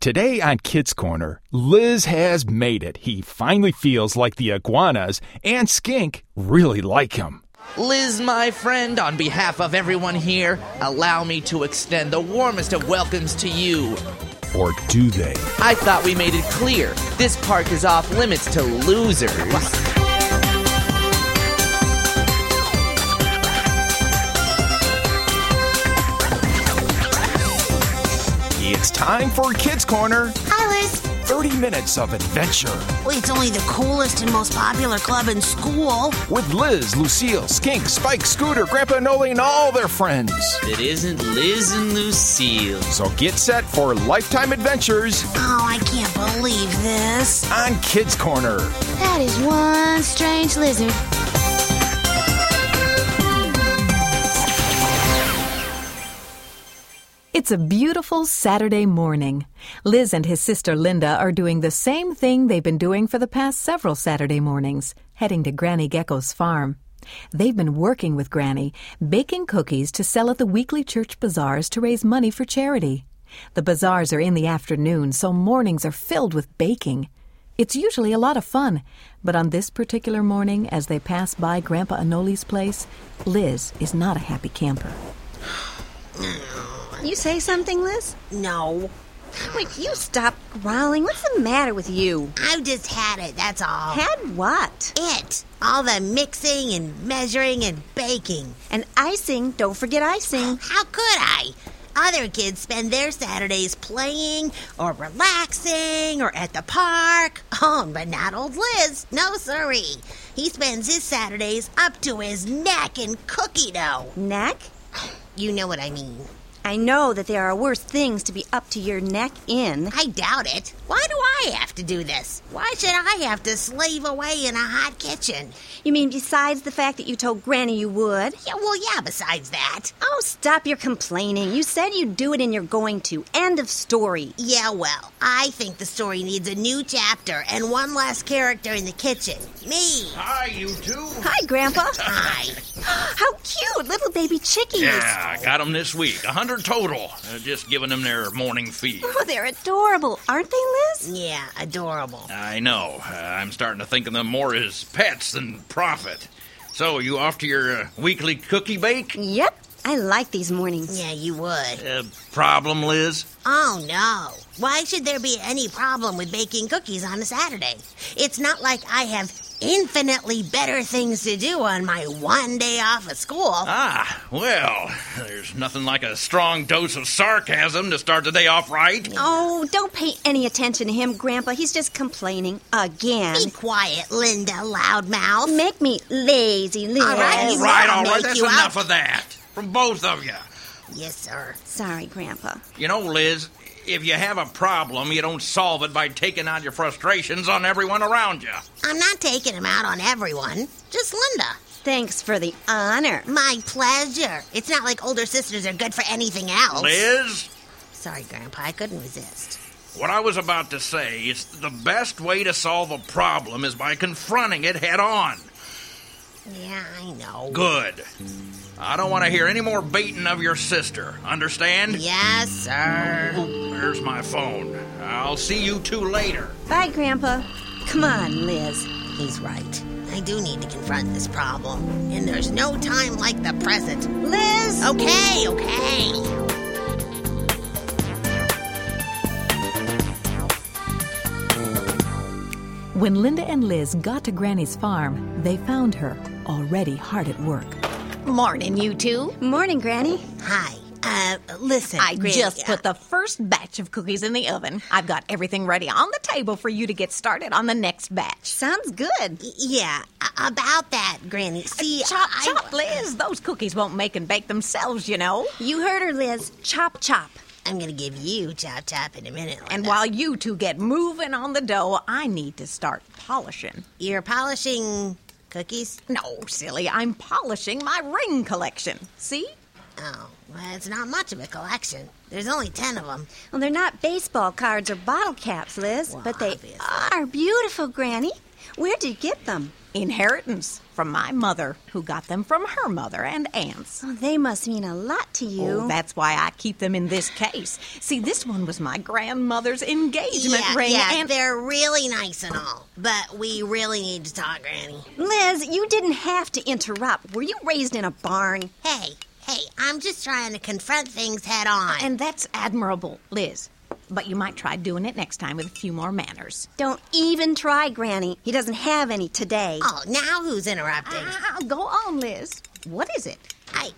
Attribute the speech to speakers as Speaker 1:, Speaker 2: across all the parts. Speaker 1: Today on Kids Corner, Liz has made it. He finally feels like the iguanas and Skink really like him.
Speaker 2: Liz, my friend, on behalf of everyone here, allow me to extend the warmest of welcomes to you.
Speaker 1: Or do they?
Speaker 2: I thought we made it clear this park is off limits to losers.
Speaker 1: It's time for Kids Corner
Speaker 3: Hi, Liz.
Speaker 1: 30 minutes of adventure
Speaker 3: Well, it's only the coolest and most popular club in school.
Speaker 1: with Liz, Lucille, Skink, Spike, Scooter, Grandpa Noli, and all their friends.
Speaker 2: It isn't Liz and Lucille.
Speaker 1: So get set for lifetime adventures
Speaker 3: Oh, I can't believe this.
Speaker 1: on Kids Corner.
Speaker 3: That is one strange lizard.
Speaker 4: It's a beautiful Saturday morning. Liz and his sister Linda are doing the same thing they've been doing for the past several Saturday mornings, heading to Granny Gecko's farm. They've been working with Granny, baking cookies to sell at the weekly church bazaars to raise money for charity. The bazaars are in the afternoon, so mornings are filled with baking. It's usually a lot of fun, but on this particular morning, as they pass by Grandpa Anoli's place, Liz is not a happy camper.
Speaker 5: You say something, Liz?
Speaker 3: No,
Speaker 5: Wait, you stop growling. What's the matter with you?
Speaker 3: I just had it, that's all.
Speaker 5: Had what?
Speaker 3: it. All the mixing and measuring and baking.
Speaker 5: And icing. Don't forget icing.
Speaker 3: How could I? Other kids spend their Saturdays playing or relaxing or at the park. Oh, but not old Liz. No, sorry. He spends his Saturdays up to his neck in cookie dough.
Speaker 5: Neck?
Speaker 3: You know what I mean.
Speaker 5: I know that there are worse things to be up to your neck in.
Speaker 3: I doubt it. Why do I have to do this? Why should I have to slave away in a hot kitchen?
Speaker 5: You mean besides the fact that you told Granny you would?
Speaker 3: Yeah, well, yeah, besides that.
Speaker 5: Oh, stop your complaining. You said you'd do it and you're going to. End of story.
Speaker 3: Yeah, well, I think the story needs a new chapter and one last character in the kitchen. Me.
Speaker 6: Hi, you two.
Speaker 5: Hi, Grandpa.
Speaker 3: I.
Speaker 5: How cute. Little baby chickies.
Speaker 6: Yeah, I got them this week. A hundred total. Uh, just giving them their morning feed.
Speaker 5: Oh, they're adorable, aren't they, Liz?
Speaker 3: Yeah, adorable.
Speaker 6: I know. Uh, I'm starting to think of them more as pets than profit. So, you off to your uh, weekly cookie bake?
Speaker 5: Yep. I like these mornings.
Speaker 3: Yeah, you would.
Speaker 6: Uh, problem, Liz?
Speaker 3: Oh, no. Why should there be any problem with baking cookies on a Saturday? It's not like I have infinitely better things to do on my one day off of school.
Speaker 6: Ah, well, there's nothing like a strong dose of sarcasm to start the day off right.
Speaker 5: Oh, don't pay any attention to him, Grandpa. He's just complaining again.
Speaker 3: Be quiet, Linda Loudmouth.
Speaker 5: Make Uh-huh. me lazy, Liz.
Speaker 3: All right,
Speaker 6: all
Speaker 3: you-
Speaker 6: right, all
Speaker 3: I'll
Speaker 6: right.
Speaker 3: make
Speaker 6: That's
Speaker 3: you
Speaker 6: enough
Speaker 3: up.
Speaker 6: of that. From both of you.
Speaker 3: Yes, sir.
Speaker 5: Sorry, Grandpa.
Speaker 6: You know, Liz, if you have a problem, you don't solve it by taking out your frustrations on everyone around you.
Speaker 3: I'm not taking him out on everyone, just Linda.
Speaker 5: Thanks for the honor.
Speaker 3: My pleasure. It's not like older sisters are good for anything else.
Speaker 6: Liz,
Speaker 3: Sorry, Grandpa, I couldn't resist.
Speaker 6: what I was about to say is the best way to solve a problem is by confronting it head on.
Speaker 3: Yeah, I know.
Speaker 6: Good. I don't want to hear any more beating of your sister. Understand?
Speaker 3: Yes, sir.
Speaker 6: There's my phone. I'll see you two later.
Speaker 5: Bye, Grandpa. Come on, Liz.
Speaker 3: He's right. I do need to confront this problem, and there's no time like the present.
Speaker 5: Liz!
Speaker 3: Okay, okay.
Speaker 4: When Linda and Liz got to Granny's farm, they found her already hard at work.
Speaker 7: Morning, you two.
Speaker 5: Morning, Granny.
Speaker 3: Hi. Uh, listen.
Speaker 7: I
Speaker 3: Granny,
Speaker 7: just
Speaker 3: uh,
Speaker 7: put the first batch of cookies in the oven. I've got everything ready on the table for you to get started on the next batch.
Speaker 5: Sounds good.
Speaker 3: Yeah, a- about that, Granny. See,
Speaker 7: Uh, Chop,
Speaker 3: I-
Speaker 7: chop, Liz. Those cookies won't make and bake themselves, you know.
Speaker 5: You heard her, Liz. Chop, chop.
Speaker 3: I'm gonna give you chop chop in a minute. Linda.
Speaker 7: And while you two get moving on the dough, I need to start polishing.
Speaker 3: you're polishing cookies,
Speaker 7: No, silly, I'm polishing my ring collection. See?
Speaker 3: oh, well, it's not much of a collection. There's only ten of them.
Speaker 5: Well, they're not baseball cards or bottle caps, Liz, but they
Speaker 3: obviously.
Speaker 5: are beautiful, Granny. Where'd you get them?
Speaker 7: Inheritance from my mother, who got them from her mother and aunts.
Speaker 5: Oh, they must mean a lot to you.
Speaker 7: Oh, that's why I keep them in this case. See, this one was my grandmother's engagement
Speaker 3: yeah,
Speaker 7: ring,
Speaker 3: yeah,
Speaker 7: and
Speaker 3: they're really nice and all, but we really need to talk, Granny.
Speaker 5: Liz, you didn't have to interrupt. Were you raised in a barn?
Speaker 3: Hey, hey, I'm just trying to confront things head on.
Speaker 7: and that's admirable, Liz. But you might try doing it next time with a few more manners.
Speaker 5: Don't even try, Granny. He doesn't have any today.
Speaker 3: oh, now who's interrupting?
Speaker 7: Ah, go on, Liz. What is it?
Speaker 3: I,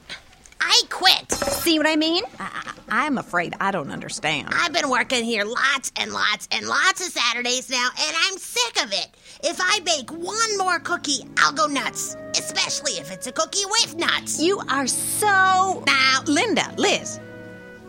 Speaker 3: I quit.
Speaker 5: See what I mean?
Speaker 7: I, I- I'm afraid I don't understand.
Speaker 3: I've been working here lots and lots and lots of Saturdays now, and I'm sick of it. If I bake one more cookie, I'll go nuts, especially if it's a cookie with nuts.
Speaker 5: You are so.
Speaker 3: Now,
Speaker 7: Linda, Liz.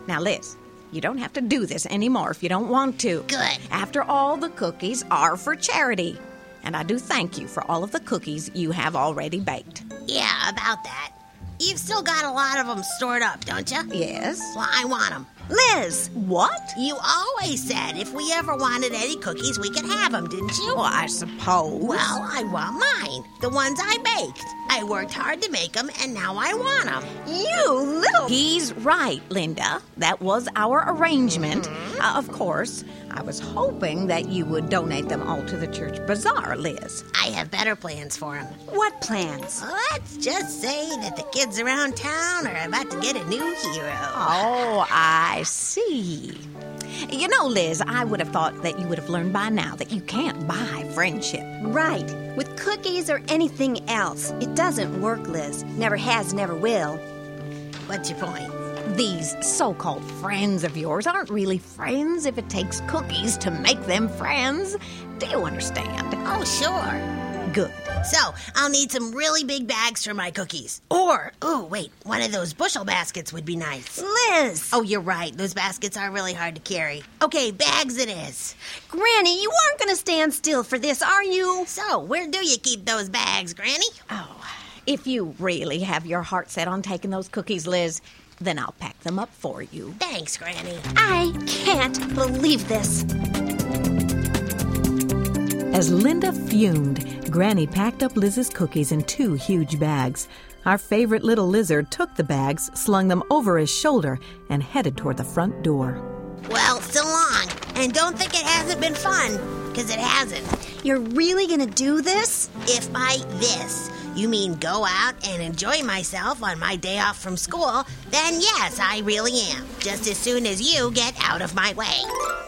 Speaker 7: Now, Liz, you don't have to do this anymore if you don't want to.
Speaker 3: Good.
Speaker 7: After all, the cookies are for charity. And I do thank you for all of the cookies you have already baked.
Speaker 3: yeah, about that. You've still got a lot of them stored up, don't you?
Speaker 7: Yes.
Speaker 3: Well, I want them.
Speaker 5: Liz!
Speaker 7: What?
Speaker 3: You always said if we ever wanted any cookies, we could have them, didn't you?
Speaker 7: Well, I suppose.
Speaker 3: Well, I want mine. The ones I baked. I worked hard to make them, and now I want them.
Speaker 5: You little.
Speaker 7: He's right, Linda. That was our arrangement.
Speaker 6: Mm-hmm.
Speaker 7: Uh, of course, I was hoping that you would donate them all to the church bazaar, Liz.
Speaker 3: I have better plans for them.
Speaker 5: What plans?
Speaker 3: Let's just say that the kids around town are about to get a new hero.
Speaker 7: Oh, I see. You know, Liz, I would have thought that you would have learned by now that you can't buy friendship.
Speaker 5: Right. With cookies or anything else, it doesn't work, Liz. Never has, never will.
Speaker 3: What's your point?
Speaker 7: These so called friends of yours aren't really friends if it takes cookies to make them friends. Do you understand?
Speaker 3: Oh, sure.
Speaker 7: Good.
Speaker 3: So, I'll need some really big bags for my cookies. Or, oh, wait, one of those bushel baskets would be nice.
Speaker 5: Liz!
Speaker 3: Oh, you're right. Those baskets are really hard to carry. Okay, bags it is.
Speaker 5: Granny, you aren't gonna stand still for this, are you?
Speaker 3: So, where do you keep those bags, Granny?
Speaker 7: Oh, if you really have your heart set on taking those cookies, Liz, then I'll pack them up for you.
Speaker 3: Thanks, Granny.
Speaker 5: I can't believe this.
Speaker 4: As Linda fumed, Granny packed up Liz's cookies in two huge bags. Our favorite little lizard took the bags, slung them over his shoulder, and headed toward the front door.
Speaker 3: Well, so long. And don't think it hasn't been fun, because it hasn't.
Speaker 5: You're really gonna do this?
Speaker 3: If by this you mean go out and enjoy myself on my day off from school, then yes, I really am. Just as soon as you get out of my way.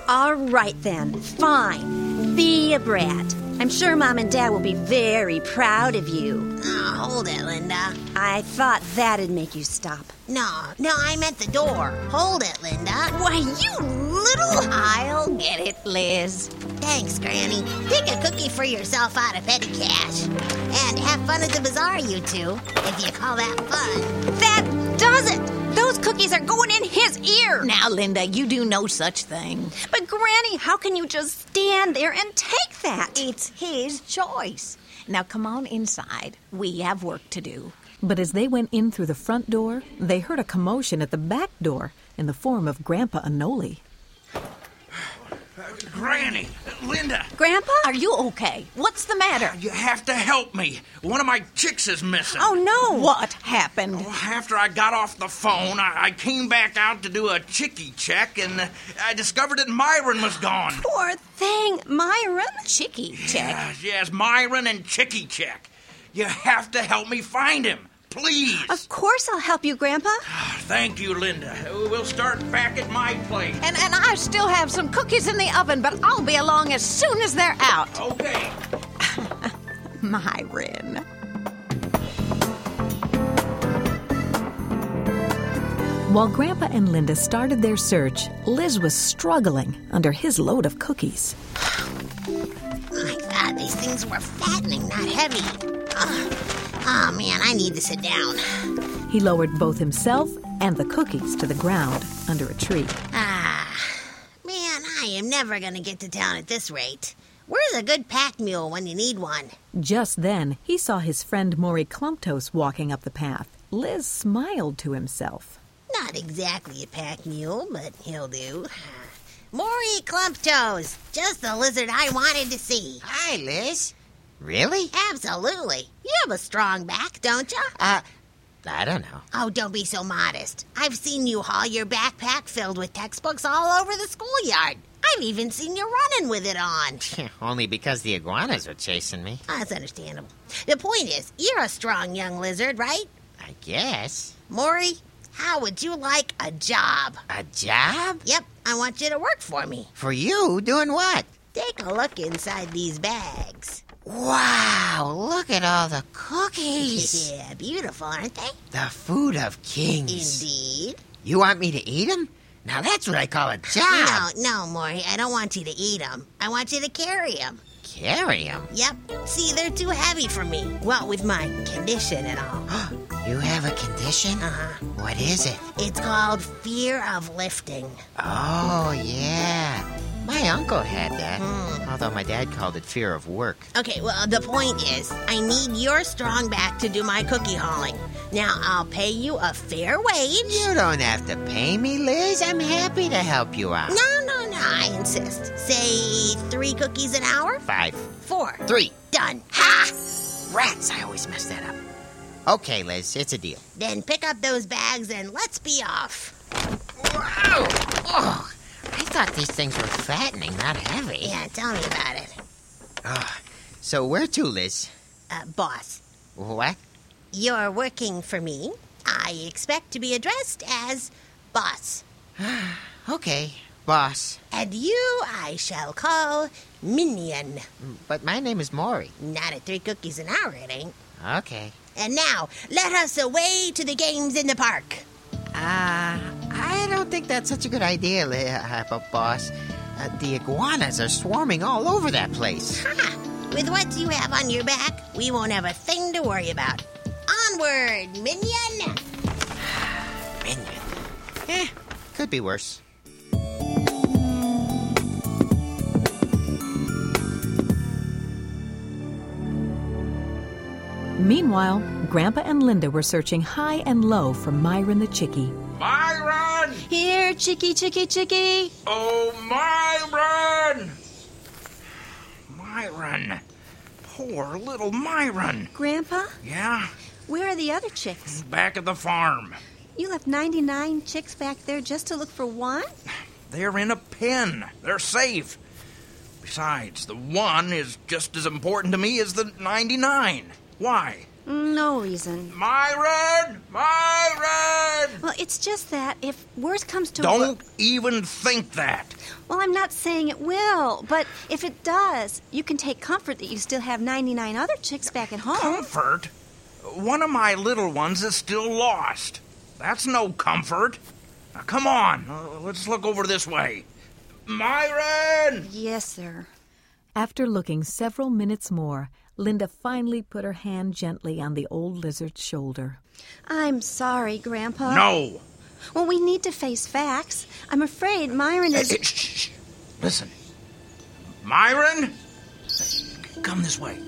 Speaker 5: All right then, fine. Be a brat. I'm sure Mom and Dad will be very proud of you.
Speaker 3: Oh, hold it, Linda.
Speaker 5: I thought that'd make you stop.
Speaker 3: No, no, I'm at the door. Hold it, Linda.
Speaker 5: Why, you little.
Speaker 7: I'll get it, Liz.
Speaker 3: Thanks, Granny. Pick a cookie for yourself out of petty cash. And have fun at the bazaar, you two, if you call that fun.
Speaker 5: That does it! Those cookies are going in his ear!
Speaker 7: Now, Linda, you do no such thing.
Speaker 5: But, Granny, how can you just stand there and take that?
Speaker 7: It's his choice. Now, come on inside. We have work to do.
Speaker 4: But as they went in through the front door, they heard a commotion at the back door in the form of Grandpa Anoli.
Speaker 6: Granny, Linda,
Speaker 5: Grandpa?
Speaker 7: Are you okay? What's the matter?
Speaker 6: you have to help me. One of my chicks is missing.
Speaker 5: Oh, no!
Speaker 7: What happened?
Speaker 6: After I got off the phone, I, I came back out to do a chickie check, and uh, I discovered that Myron was gone.
Speaker 5: Poor thing, Myron.
Speaker 7: Chicky check.
Speaker 6: Yes, yes, Myron and Chickie Check. You have to help me find him. Please.
Speaker 5: Of course I'll help you, Grandpa.
Speaker 6: Thank you, Linda. We'll start back at my place.
Speaker 7: And, and I still have some cookies in the oven, but I'll be along as soon as they're out.
Speaker 6: Okay.
Speaker 7: Myron.
Speaker 4: While Grandpa and Linda started their search, Liz was struggling under his load of cookies.
Speaker 3: My God, these things were fattening, not heavy. Ugh. Oh, man, I need to sit down.
Speaker 4: He lowered both himself and the cookies to the ground under a tree.
Speaker 3: Ah. Man, I am never going to get to town at this rate. Where's a good pack mule when you need one?
Speaker 4: Just then, he saw his friend Maury Klumptos walking up the path. Liz smiled to himself.
Speaker 3: Not exactly a pack mule, but he'll do. Maury Clumptoes, just the lizard I wanted to see.
Speaker 8: Hi, Liz. Really?
Speaker 3: Absolutely. You have a strong back, don't you?
Speaker 8: Uh, I don't know.
Speaker 3: Oh, don't be so modest. I've seen you haul your backpack filled with textbooks all over the schoolyard. I've even seen you running with it on.
Speaker 8: Only because the iguanas are chasing me.
Speaker 3: That's understandable. The point is, you're a strong young lizard, right?
Speaker 8: I guess.
Speaker 3: Maury, how would you like a job?
Speaker 8: A job?
Speaker 3: Yep, I want you to work for me.
Speaker 8: For you? Doing what?
Speaker 3: Take a look inside these bags.
Speaker 8: Wow, look at all the cookies.
Speaker 3: Yeah, beautiful, aren't they?
Speaker 8: the food of kings.
Speaker 3: Indeed.
Speaker 8: You want me to eat them? Now that's what I call a job.
Speaker 3: No, no, Maury, I don't want you to eat them. I want you to carry them.
Speaker 8: Carry 'em?
Speaker 3: Yep. See, they're too heavy for me. Well, with my condition and all.
Speaker 8: You have a condition?
Speaker 3: Uh-huh.
Speaker 8: What is it?
Speaker 3: It's called fear of lifting.
Speaker 8: Oh, yeah. My uncle had that.
Speaker 3: Hmm.
Speaker 8: Although my dad called it fear of work.
Speaker 3: Okay, well, the point is, I need your strong back to do my cookie hauling. Now, I'll pay you a fair wage.
Speaker 8: You don't have to pay me, Liz. I'm happy to help you out.
Speaker 3: No, no, no, I insist. Say three cookies an hour?
Speaker 8: Five,
Speaker 3: Four.
Speaker 8: three.
Speaker 3: Done. Ha!
Speaker 8: Rats, I always mess that up. Okay, Liz, it's a deal.
Speaker 3: Then pick up those bags and let's be off.
Speaker 8: Wow! Oh, I thought these things were fattening, not heavy.
Speaker 3: Yeah, tell me about it.
Speaker 8: So where to, Liz?
Speaker 3: Uh, boss,
Speaker 8: What?
Speaker 3: You're working for me. I expect to be addressed as boss.
Speaker 8: Okay, boss.
Speaker 3: And you I shall call Minion.
Speaker 8: But my name is Maury.
Speaker 3: Not at three cookies an hour, it ain't.
Speaker 8: Okay.
Speaker 3: And now, let us away to the games in the park.
Speaker 8: Uh, I don't think that's such a good idea, Li- uh, b- boss. Uh, the iguanas are swarming all over that place.
Speaker 3: Ha! With what you have on your back, we won't have a thing to worry about. Onward, Minion!
Speaker 8: Minion. Eh, could be worse.
Speaker 4: Meanwhile, Grandpa and Linda were searching high and low for Myron the Chickie.
Speaker 6: Myron!
Speaker 5: Here, chicky, chicky, chicky.
Speaker 6: Oh, Myron! Myron. Poor little Myron.
Speaker 5: Grandpa,
Speaker 6: Yeah,
Speaker 5: where are the other chicks?
Speaker 6: back at the farm.
Speaker 5: You left 99 chicks back there just to look for one?
Speaker 6: They're in a pen. They're safe. Besides, the one is just as important to me as the 99. Why?
Speaker 5: No reason.
Speaker 6: Myron! Myron!
Speaker 5: Well, it's just that if worse comes to
Speaker 6: Don't even think that.
Speaker 5: Well, I'm not saying it will, but if it does, you can take comfort that you still have 99 other chicks back at home.
Speaker 6: Comfort? One of my little ones is still lost. That's no comfort. Now, come on, uh, let's look over this way. Myron!
Speaker 5: Yes, sir.
Speaker 4: After looking several minutes more, Linda finally put her hand gently on the old lizard's shoulder.
Speaker 5: I'm sorry, Grandpa.
Speaker 6: No!
Speaker 5: Well, we need to face facts. I'm afraid Myron is.
Speaker 6: Eh, shh, shh. Listen. Myron? Come this way.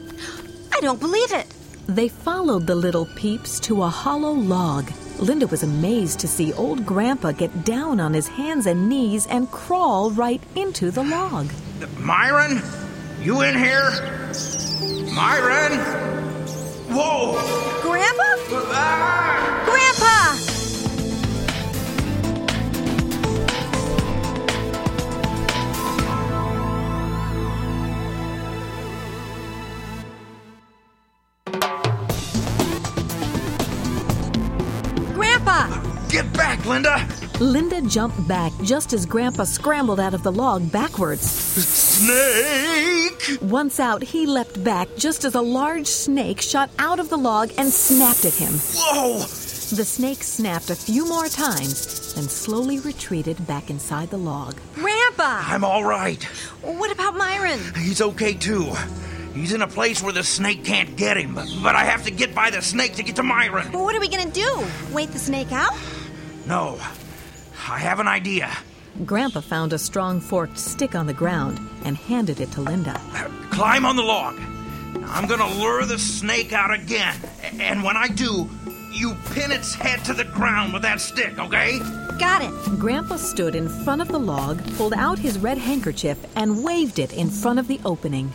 Speaker 5: I don't believe it.
Speaker 4: They followed the little peeps to a hollow log. Linda was amazed to see old Grandpa get down on his hands and knees and crawl right into the log.
Speaker 6: Myron? You in here? Myron? Whoa!
Speaker 5: Grandpa?
Speaker 6: Ah!
Speaker 5: Grandpa! Grandpa!
Speaker 6: Get back, Linda!
Speaker 4: Linda jumped back just as Grandpa scrambled out of the log backwards.
Speaker 6: Snake!
Speaker 4: Once out, he leapt back just as a large snake shot out of the log and snapped at him.
Speaker 6: Whoa!
Speaker 4: The snake snapped a few more times, then slowly retreated back inside the log.
Speaker 5: Grandpa!
Speaker 6: I'm all right.
Speaker 5: What about Myron?
Speaker 6: He's okay too. He's in a place where the snake can't get him, but I have to get by the snake to get to Myron.
Speaker 5: What are we gonna do? Wait the snake out?
Speaker 6: No, I have an idea.
Speaker 4: Grandpa found a strong forked stick on the ground and handed it to Linda.
Speaker 6: Uh, Climb on the log. I'm gonna lure the snake out again, a- and when I do, you pin its head to the ground with that stick, okay?
Speaker 5: Got it.
Speaker 4: Grandpa stood in front of the log, pulled out his red handkerchief, and waved it in front of the opening.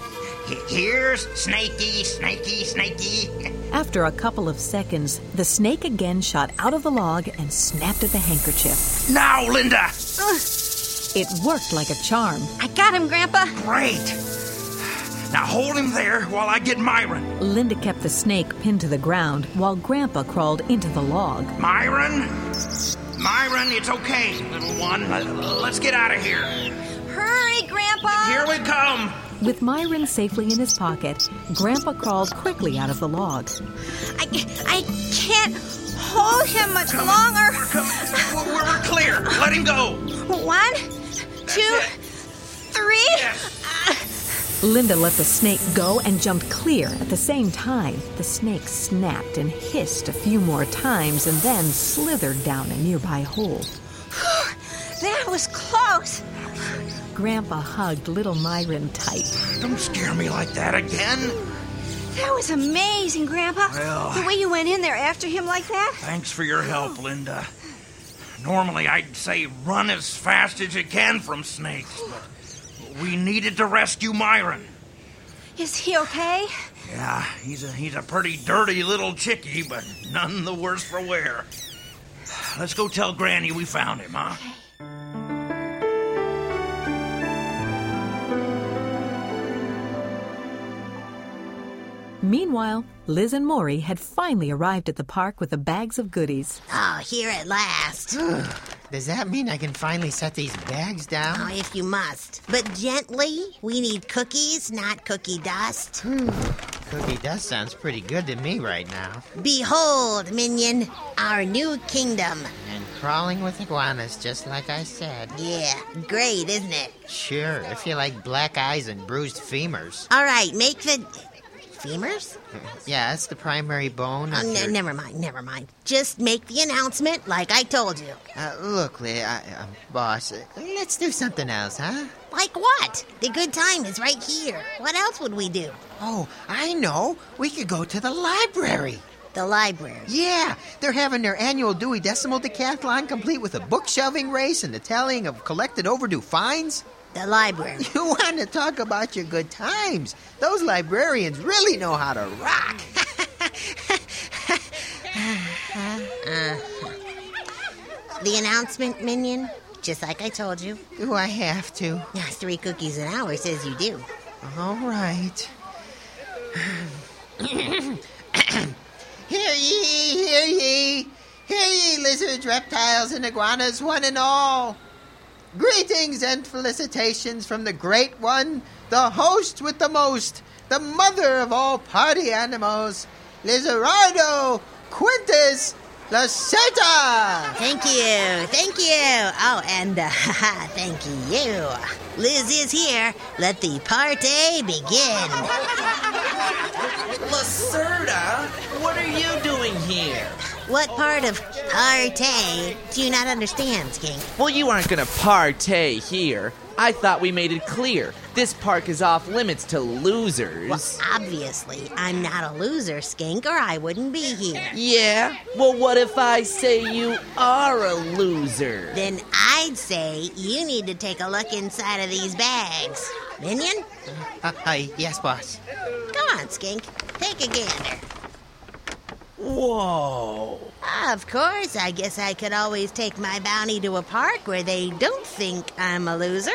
Speaker 6: he- here's Snaky, Snaky, Snaky.
Speaker 4: After a couple of seconds, the snake again shot out of the log and snapped at the handkerchief.
Speaker 6: Now, Linda!
Speaker 4: It worked like a charm.
Speaker 5: I got him, Grandpa.
Speaker 6: Great! Now hold him there while I get Myron.
Speaker 4: Linda kept the snake pinned to the ground while Grandpa crawled into the log.
Speaker 6: Myron? Myron, it's okay, little one. Uh, Let's get out of here.
Speaker 5: Hurry, Grandpa.
Speaker 6: Here we come!
Speaker 4: With Myron safely in his pocket, Grandpa crawled quickly out of the log.
Speaker 5: I, I can't hold him much
Speaker 6: Coming.
Speaker 5: longer.
Speaker 6: We're coming. We're, we're- we're clear. Let him go.
Speaker 5: One, two,
Speaker 6: it.
Speaker 5: three.
Speaker 6: Yes.
Speaker 4: Linda let the snake go and jumped clear at the same time. The snake snapped and hissed a few more times and then slithered down a nearby hole.
Speaker 5: That was close.
Speaker 4: Grandpa hugged little Myron tight.
Speaker 6: Don't scare me like that again.
Speaker 5: That was amazing, Grandpa.
Speaker 6: Well.
Speaker 5: The way you went in there after him like that.
Speaker 6: Thanks for your help, Linda. Normally, I'd say run as fast as you can from snakes, but we needed to rescue Myron.
Speaker 5: Is he okay?
Speaker 6: Yeah, he's a he's a pretty dirty little chickie, but none the worse for wear. Let's go tell Granny we found him, huh?
Speaker 4: Meanwhile, Liz and Maury had finally arrived at the park with the bags of goodies.
Speaker 3: Oh, here at last.
Speaker 8: Does that mean I can finally set these bags down?
Speaker 3: Oh, if you must. But gently, we need cookies, not cookie dust.
Speaker 8: Cookie dust sounds pretty good to me right now.
Speaker 3: Behold, minion, our new kingdom.
Speaker 8: And crawling with iguanas, just like I said.
Speaker 3: Yeah, great, isn't it?
Speaker 8: Sure, if you like black eyes and bruised femurs.
Speaker 3: All right, make the. Femurs?
Speaker 8: Yeah, that's the primary bone.
Speaker 3: Oh,
Speaker 8: of
Speaker 3: ne-
Speaker 8: your-
Speaker 3: never mind, never mind. Just make the announcement like I told you.
Speaker 8: Uh, look, Lee, I, uh, boss, uh, let's do something else, huh?
Speaker 3: Like what? The good time is right here. What else would we do?
Speaker 8: Oh, I know. We could go to the library.
Speaker 3: The library.
Speaker 8: Yeah, they're having their annual Dewey Decimal Decathlon complete with a book shelving race and the tallying of collected overdue fines.
Speaker 3: The library.
Speaker 8: You want to talk about your good times? Those librarians really know how to rock.
Speaker 3: The announcement, minion. Just like I told you.
Speaker 8: Do I have to?
Speaker 3: Yeah, Three cookies an hour says you do.
Speaker 8: All right. hear ye, hear ye, hear ye, lizards, reptiles, and iguanas, one and all. Greetings and felicitations from the Great One, the host with the most, the mother of all party animals, Lizardo Quintus Laceta!
Speaker 3: Thank you, thank you. Oh, and uh, haha, thank you. Liz is here. Let the party begin.
Speaker 2: Lacerda, what are you doing here?
Speaker 3: What part of party do you not understand, Skink?
Speaker 2: Well, you aren't gonna partay here. I thought we made it clear. This park is off limits to losers.
Speaker 3: Well, obviously, I'm not a loser, Skink, or I wouldn't be here.
Speaker 2: Yeah? Well, what if I say you are a loser?
Speaker 3: Then I'd say you need to take a look inside of these bags. Minion?
Speaker 8: Uh, hi, yes, boss.
Speaker 3: Come on, Skink. Take a gander.
Speaker 2: Whoa.
Speaker 3: Of course, I guess I could always take my bounty to a park where they don't think I'm a loser.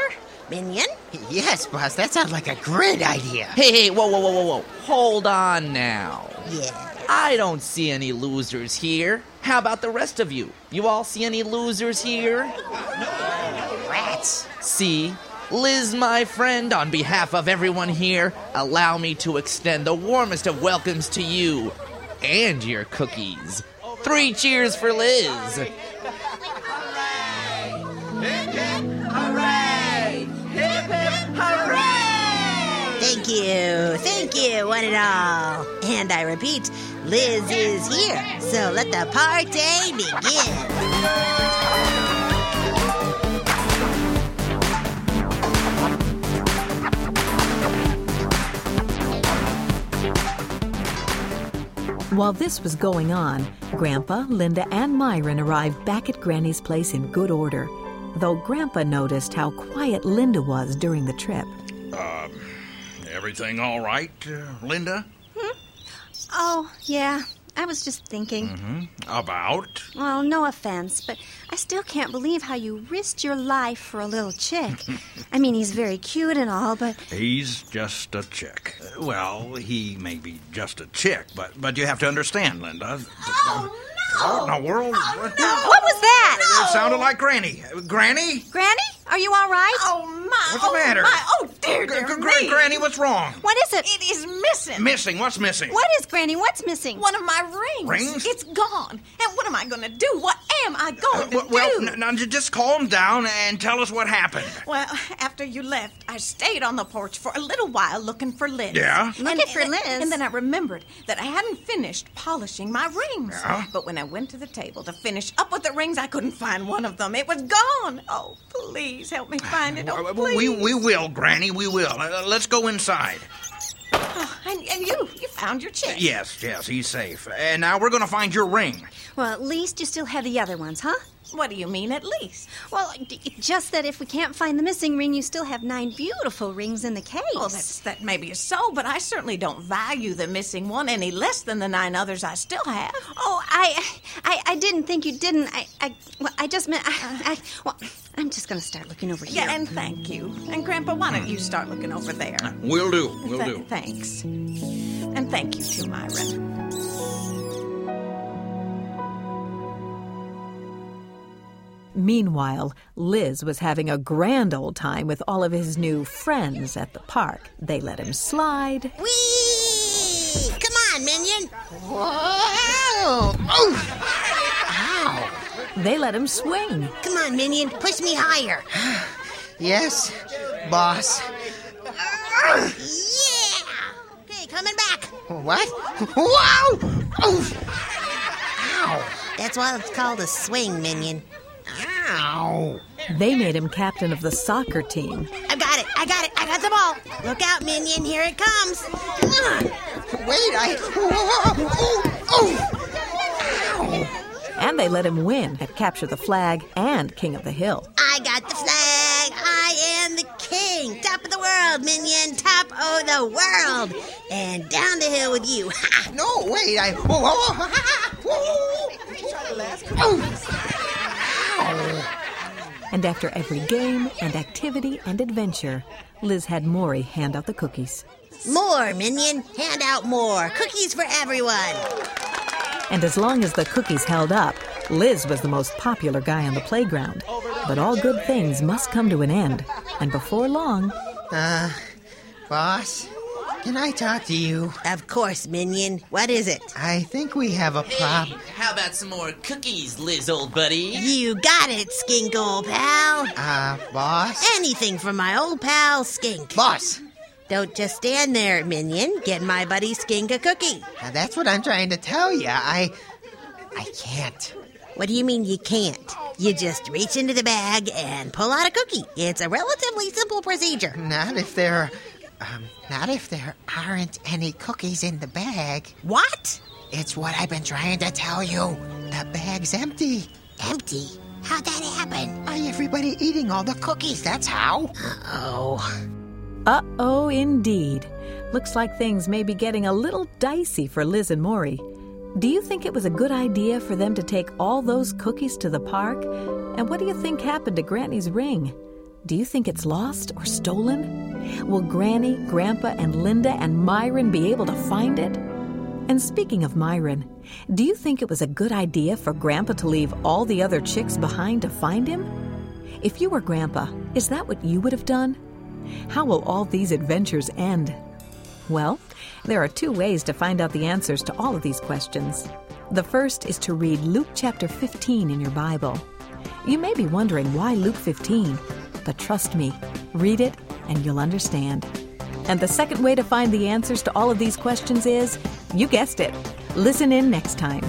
Speaker 3: Minion?
Speaker 8: Yes, boss, that sounds like a great idea.
Speaker 2: Hey, hey, whoa, whoa, whoa, whoa, whoa. Hold on now.
Speaker 3: Yeah.
Speaker 2: I don't see any losers here. How about the rest of you? You all see any losers here?
Speaker 8: Rats.
Speaker 2: See? Liz, my friend, on behalf of everyone here, allow me to extend the warmest of welcomes to you and your cookies. Three cheers for Liz.
Speaker 3: Thank you. Thank you, one and all. And I repeat, Liz is here. So let the party begin.
Speaker 4: While this was going on, Grandpa, Linda, and Myron arrived back at Granny's place in good order, though Grandpa noticed how quiet Linda was during the trip.
Speaker 6: Everything all right, uh, Linda?
Speaker 5: Oh, yeah. I was just thinking.
Speaker 6: Mm-hmm. About?
Speaker 5: Well, no offense, but I still can't believe how you risked your life for a little chick. I mean, he's very cute and all, but
Speaker 6: He's just a chick. Uh, Well, he may be just a chick, but but you have to understand, Linda. Oh, no! What in the world? what?
Speaker 5: what was that?
Speaker 6: It sounded like Granny. Uh, Granny?
Speaker 5: Granny, are you all right?
Speaker 9: Oh my!
Speaker 6: What's the
Speaker 9: oh
Speaker 6: matter?
Speaker 9: My, oh dear,
Speaker 6: Gr-
Speaker 9: dear
Speaker 6: gr-
Speaker 9: me.
Speaker 6: Granny, what's wrong?
Speaker 5: What is it?
Speaker 9: It is missing.
Speaker 6: Missing? What's missing?
Speaker 5: What is Granny? What's missing?
Speaker 9: One of my rings.
Speaker 6: Rings?
Speaker 9: It's gone. And what am I going to do? What am I
Speaker 6: Uh,
Speaker 9: going to
Speaker 6: well, well,
Speaker 9: do?
Speaker 6: n- now j- just calm down and tell us what happened.
Speaker 9: Well, after you left, I stayed on the porch for a little while looking for Liz.
Speaker 6: Yeah?
Speaker 5: Looking
Speaker 9: And-
Speaker 5: for
Speaker 9: and-
Speaker 5: Liz?
Speaker 9: And then I remembered that I hadn't finished polishing my rings.
Speaker 6: Yeah?
Speaker 9: But when I went to the table to finish up with the rings, I couldn't find one of them. It was gone. Oh, please help me find it. Oh,
Speaker 6: Uh,
Speaker 9: please.
Speaker 6: we we will, Granny. We will. Uh, let's go inside.
Speaker 9: And, and you, you found your chick.
Speaker 6: Yes, yes, he's safe. And now we're going to find your ring.
Speaker 5: Well, at least you still have the other ones, huh?
Speaker 9: What do you mean, at least?
Speaker 5: Well, d- just that if we can't find the missing ring, you still have nine beautiful rings in the case.
Speaker 9: Well, Oh, that's, that maybe is so, but I certainly don't value the missing one any less than the nine others I still have.
Speaker 5: Oh, I, I, I didn't think you didn't. I, I, well, I just meant. I, I, well, I'm just gonna start looking over here.
Speaker 9: Yeah, and thank you. And Grandpa, why don't you start looking over there?
Speaker 6: We'll do. We'll
Speaker 9: Th-
Speaker 6: do.
Speaker 9: Thanks. And thank you too, Myron.
Speaker 4: Meanwhile, Liz was having a grand old time with all of his new friends at the park. They let him slide.
Speaker 3: Whee! Come on, minion.
Speaker 8: Whoa! Oof!
Speaker 4: They let him swing.
Speaker 3: Come on, minion. Push me higher.
Speaker 8: Yes, boss.
Speaker 3: Yeah. Okay, coming back.
Speaker 8: What? Whoa! Oof!
Speaker 3: That's why it's called a swing, minion.
Speaker 8: Ow!
Speaker 4: They made him captain of the soccer team.
Speaker 3: I got it. I got it. I got the ball. Look out, minion. Here it comes. Ugh.
Speaker 8: Wait, I. Whoa! Oof!
Speaker 4: And they let him win at Capture the Flag and King of the Hill.
Speaker 3: I got the flag. I am the king. Top of the world, minion. Top of the world. And down the hill with you. Ha!
Speaker 8: No, wait, I. Whoa! Whoa! Whoa! Oof!
Speaker 4: And after every game and activity and adventure, Liz had Maury hand out the cookies.
Speaker 3: More, minion. Hand out more. Cookies for everyone.
Speaker 4: And as long as the cookies held up, Liz was the most popular guy on the playground. But all good things must come to an end, and before long,
Speaker 8: Boss, can I talk to you?
Speaker 3: Of course, minion. What is it?
Speaker 8: I think we have a problem.
Speaker 2: how about some more cookies, Liz, old buddy?
Speaker 3: You got it, skink old pal.
Speaker 8: Uh, boss?
Speaker 3: Anything from my old pal, skink.
Speaker 8: Boss!
Speaker 3: Don't just stand there, minion. Get my buddy Skink a cookie.
Speaker 8: Now that's what I'm trying to tell you. I. I can't.
Speaker 3: What do you mean you can't? You just reach into the bag and pull out a cookie. It's a relatively simple procedure.
Speaker 8: Not if there. Um, not if there aren't any cookies in the bag.
Speaker 3: What?
Speaker 8: It's what I've been trying to tell you. The bag's empty.
Speaker 3: Empty? How'd that happen?
Speaker 8: Why everybody eating all the cookies? That's how.
Speaker 3: Oh.
Speaker 4: uh oh, indeed. Looks like things may be getting a little dicey for Liz and Maury. Do you think it was a good idea for them to take all those cookies to the park? And what do you think happened to Granny's ring? Do you think it's lost or stolen? Will Granny, Grandpa, and Linda and Myron be able to find it? And speaking of Myron, do you think it was a good idea for Grandpa to leave all the other chicks behind to find him? If you were Grandpa, is that what you would have done? How will all these adventures end? Well, there are two ways to find out the answers to all of these questions. The first is to read Luke chapter 15 in your Bible. You may be wondering why Luke 15, but trust me, read it and you'll understand. And the second way to find the answers to all of these questions is you guessed it. Listen in next time.